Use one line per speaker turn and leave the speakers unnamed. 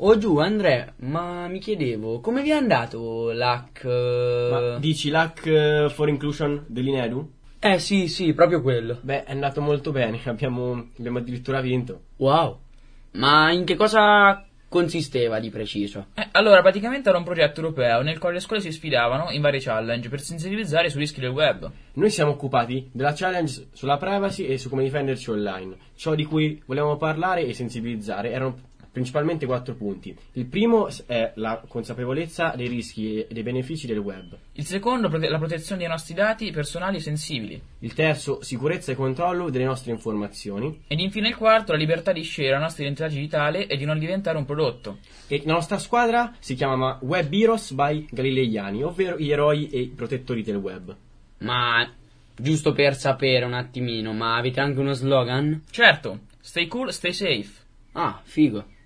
Oh giù Andrea, ma mi chiedevo, come vi è andato l'hack? eh?
Ma dici l'hack for inclusion dell'INEDU?
Eh sì, sì, proprio quello.
Beh, è andato molto bene, abbiamo, abbiamo addirittura vinto.
Wow. Ma in che cosa consisteva di preciso?
Eh, allora, praticamente era un progetto europeo nel quale le scuole si sfidavano in varie challenge per sensibilizzare sui rischi del web.
Noi siamo occupati della challenge sulla privacy e su come difenderci online. Ciò di cui volevamo parlare e sensibilizzare erano principalmente quattro punti. Il primo è la consapevolezza dei rischi e dei benefici del web.
Il secondo, prote- la protezione dei nostri dati personali e sensibili.
Il terzo, sicurezza e controllo delle nostre informazioni.
Ed infine il quarto, la libertà di scegliere la nostra identità digitale e di non diventare un prodotto.
E la nostra squadra si chiama Web Heroes by Galileiani, ovvero gli eroi e i protettori del web.
Ma giusto per sapere un attimino, ma avete anche uno slogan?
Certo, stay cool, stay safe.
Ah, figo.